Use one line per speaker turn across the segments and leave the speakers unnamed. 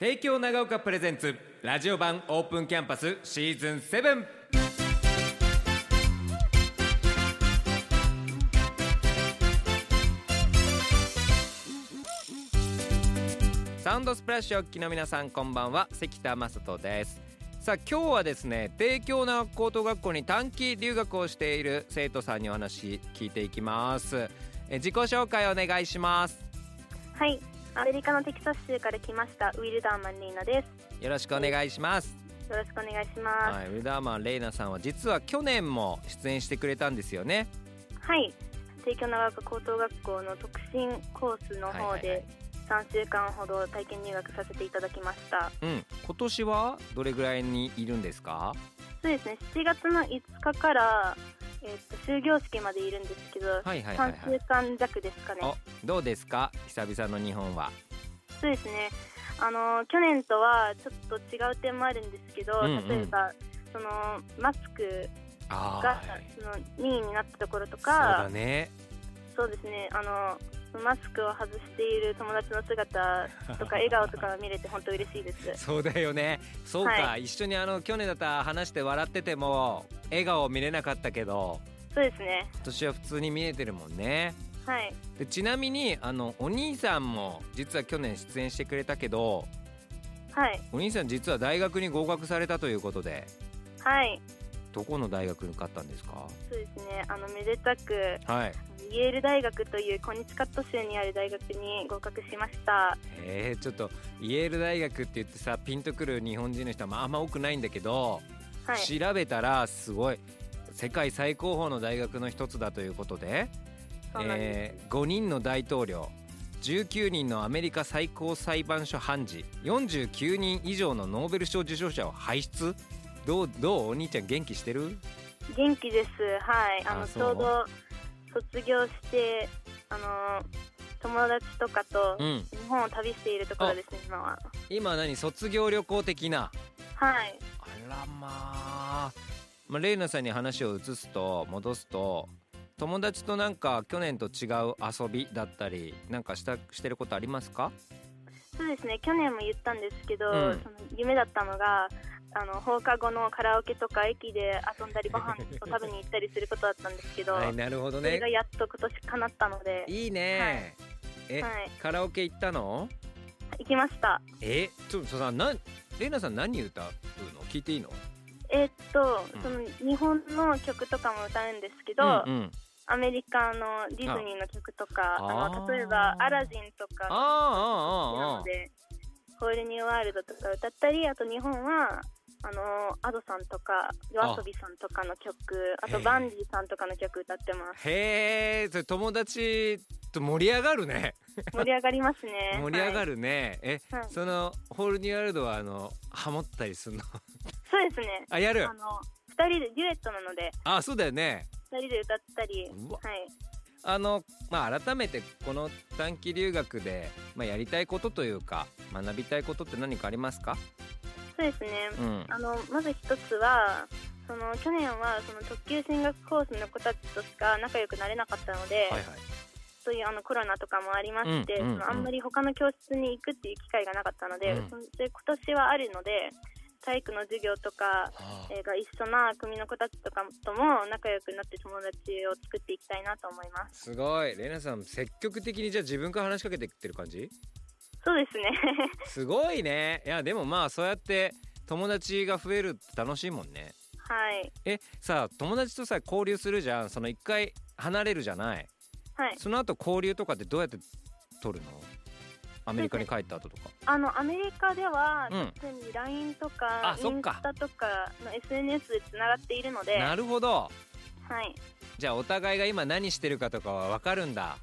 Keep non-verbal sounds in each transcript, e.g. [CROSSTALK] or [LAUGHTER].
帝京長岡プレゼンツラジオ版オープンキャンパスシーズン7サウンドスプラッシュお聞きの皆さんこんばんは関田正人ですさあ今日はですね帝京長岡高等学校に短期留学をしている生徒さんにお話聞いていきますえ自己紹介お願いします
はい、アメリカのテキサス州から来ましたウィルダーマン・レイナで
よろしくお願いします
す。よろしくお願いしま
はい、ウィルダーマンレイナさんは実は去年も出演してくれたんですよね。
す。はい、帝京長岡高等学校の特進コースの
はいは
方
いはい
で3週間ほど体験入学させていただきました。
うん、今年はどれぐらいにいるんですか？
そうですね、7月の5日から、えっと終業式までいるんですけど、
はいはいはい
3
は
週
い。
間弱ですかね。
お、どうですか？久々の日本は。
そうですね。あの去年とはちょっと違う点もあるんですけど、
うんうん
例えばそのマスク
あ
が
はい
その任意になったところと
そう
か
だ、ね。
そうですねあのマスクを外している友達の姿
[LAUGHS]
とか笑顔とかを見れて本当嬉しいです
そうだよね。そうか、
は
一緒にあの去年だったら話して笑ってても笑顔見れなかったけど、
そうですね
今年は普通に見えてるもんね。
はい
でちなみにあのお兄さんも実は去年出演してくれたけど、
はい
お兄さん実は大学に合格されたということで。
はい
どこの大学に受かったんですか。
そうですねあのめでたく
はい。
イェール大学というコニチカット州にある大学に合格しました
えー、ちょっとイェール大学って言ってさピンとくる日本人の人はまああんま多くないんだけど、
はい
調べたらすごい世界最高峰の大学の一つだということで
そうなんです、
えー5人の大統領19人のアメリカ最高裁判所判事49人以上のノーベル賞受賞者を輩出どうどうお兄ちゃん元気してる
元気ですはいあの
あ
ち
そう
ょうど卒業してあの友達とかと
うん
日本を旅しているところですね今は
今何卒業旅行的な
はい
あらまあ、まあ、レイナさんに話を移すと戻すと友達となんか去年と違う遊びだったりなんかしたしてることありますか
そうですね去年も言ったんですけど、
うん
その夢だったのがあの放課後のカラオケとか駅で遊んだりご飯を食べに行ったりすることだったんですけど、
はいなるほど
それ
ね
がやっと今年叶ったので、
いいね、え、
はい、
カラオケ行ったの
行きました
えちょっとさなんレイナさん何歌うの聞いていいの
えーっと、
うん
その日本の曲とかも歌うんですけど、
うんうん、
アメリカのディズニーの曲とか
あ
あの例えば
あ
「
ー
アラジン」と
あ
かな
ああああ
ので「ホールニューワールド」とか歌ったりあと日本はあのアドさんとか夜遊びさんとかの曲あ
へ
と
え
バンジーさんとかの曲歌って
[LAUGHS]
ます
へえそれ友達と盛り上がるね
盛り上がりますね
盛り上が
る、
るね、え
はいはい
そのホールニューワールドはあのハモったりするの [LAUGHS]
そうですね
あやる
あの2人でデュエットなので
あそうだよね
2人で歌ったり
うわ
はい
あの、まあ、改めてこの短期留学で、まあ、やりたいことというか学びたいことって何かありますか、
そうですね
うん、
あのまず一つはその去年はその特級進学コースの子たちとしか仲良くなれなかったので、
はいはい
そういうあのコロナとかもありまして、
うんうんうん
そのあんまり他の教室に行くっていう機会がなかったので、
うん
そので今年はあるので体育の授業とか、
はあ
えーが一緒な組の子たちとかとも仲良くなって友達を作っていきたいなと思います
すごいレナさん積極的にじゃあ自分から話しかけてってる感じ
そうですね [LAUGHS]
すごいねいやでもまあそうやって友達が増えるって楽しいもんね
はい
えさあ友達とさ交流するじゃんその一回離れるじゃない
はい
その後交流とかってどうやって取るのアメリカに帰った後とか
あのアメリカでは
うん
常に LINE と
あ
かイ
そっ
ン
か
スタとかの SNS でつながっているのでは
ないるほどじゃあお互いが今何してるかとかは分かるんだ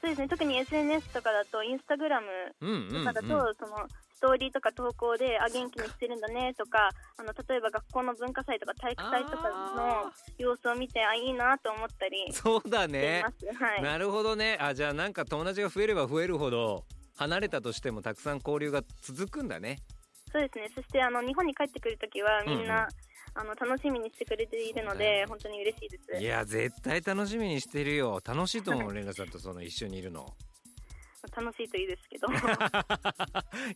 そうですね特に SNS とかだとインスタグラム
うんうん、うん、
とかだと、そのストーリーとか投稿で「あ元気にしてるんだね」とかあの例えば学校の文化祭とか体育祭とかの
あ
様子を見てあいいなと思ったり
ー
し
そうだ
てい
ね
ま、す、はい
なるほどねあじゃあなんか友達が増えれば増えるほど離れたとしてもたくさん交流が続くんだね
そうですねそしてあの日本に帰ってくるときはみ
う
ん
んう
な、あの楽しみにしてくれているの
そうだよ
で、
ね
本当に嬉しいです
いや絶対楽しみにしてるよ楽しいと思うレンガさんとその一緒にいるの [LAUGHS]
楽しいといいですけど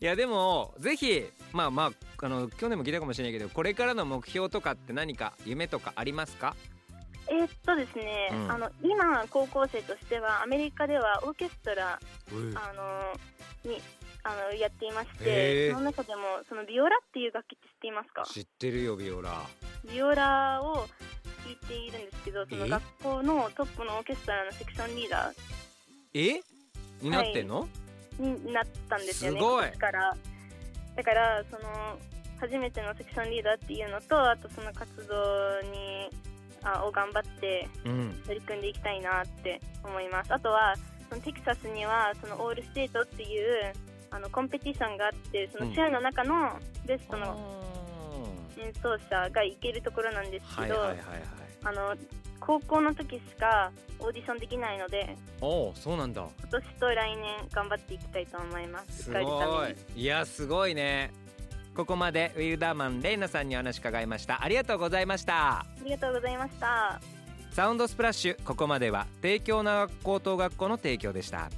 いやでもぜひまあまああの去年も聞いたかもしれないけどこれからの目標とかって何か夢とかありますか
えーっとですね、
うん
あの今高校生としてはアメリカではオーケストラ
うん
あのにあのやっていまし
へー
てその中でもそのビオラっていう楽器って知っていますか
知ってるよビオラ
ビオラを弾いているんですけどそ
え
の学校のトップのオーケストラのセクションリーダ
えになってんの、
ーになったんですよね
すごい
今年からだからその初めてのセクションリーダーっていうのとあとその活動にあを頑張って
うん
取り組んでいきたいなって思いますあとはそのテキサスにはそのオールステートっていうあのコンペティションがあってそのチェアの中のベストの
あ
演奏者が行けるところなんです
ーは
け
い
ど、
はいはいはい
あの高校の時しかオーディションできないので
おおそうなんだ
今年と来年頑張っていきたいと思います
す
受かるた
ご
め
い
に
いやすごいねここまでウィルダーマンレイナさんにお話伺いましたありがとうございました
ありがとうございました
サウンドスプラッシュここまでは帝京長学高等学校の提供でした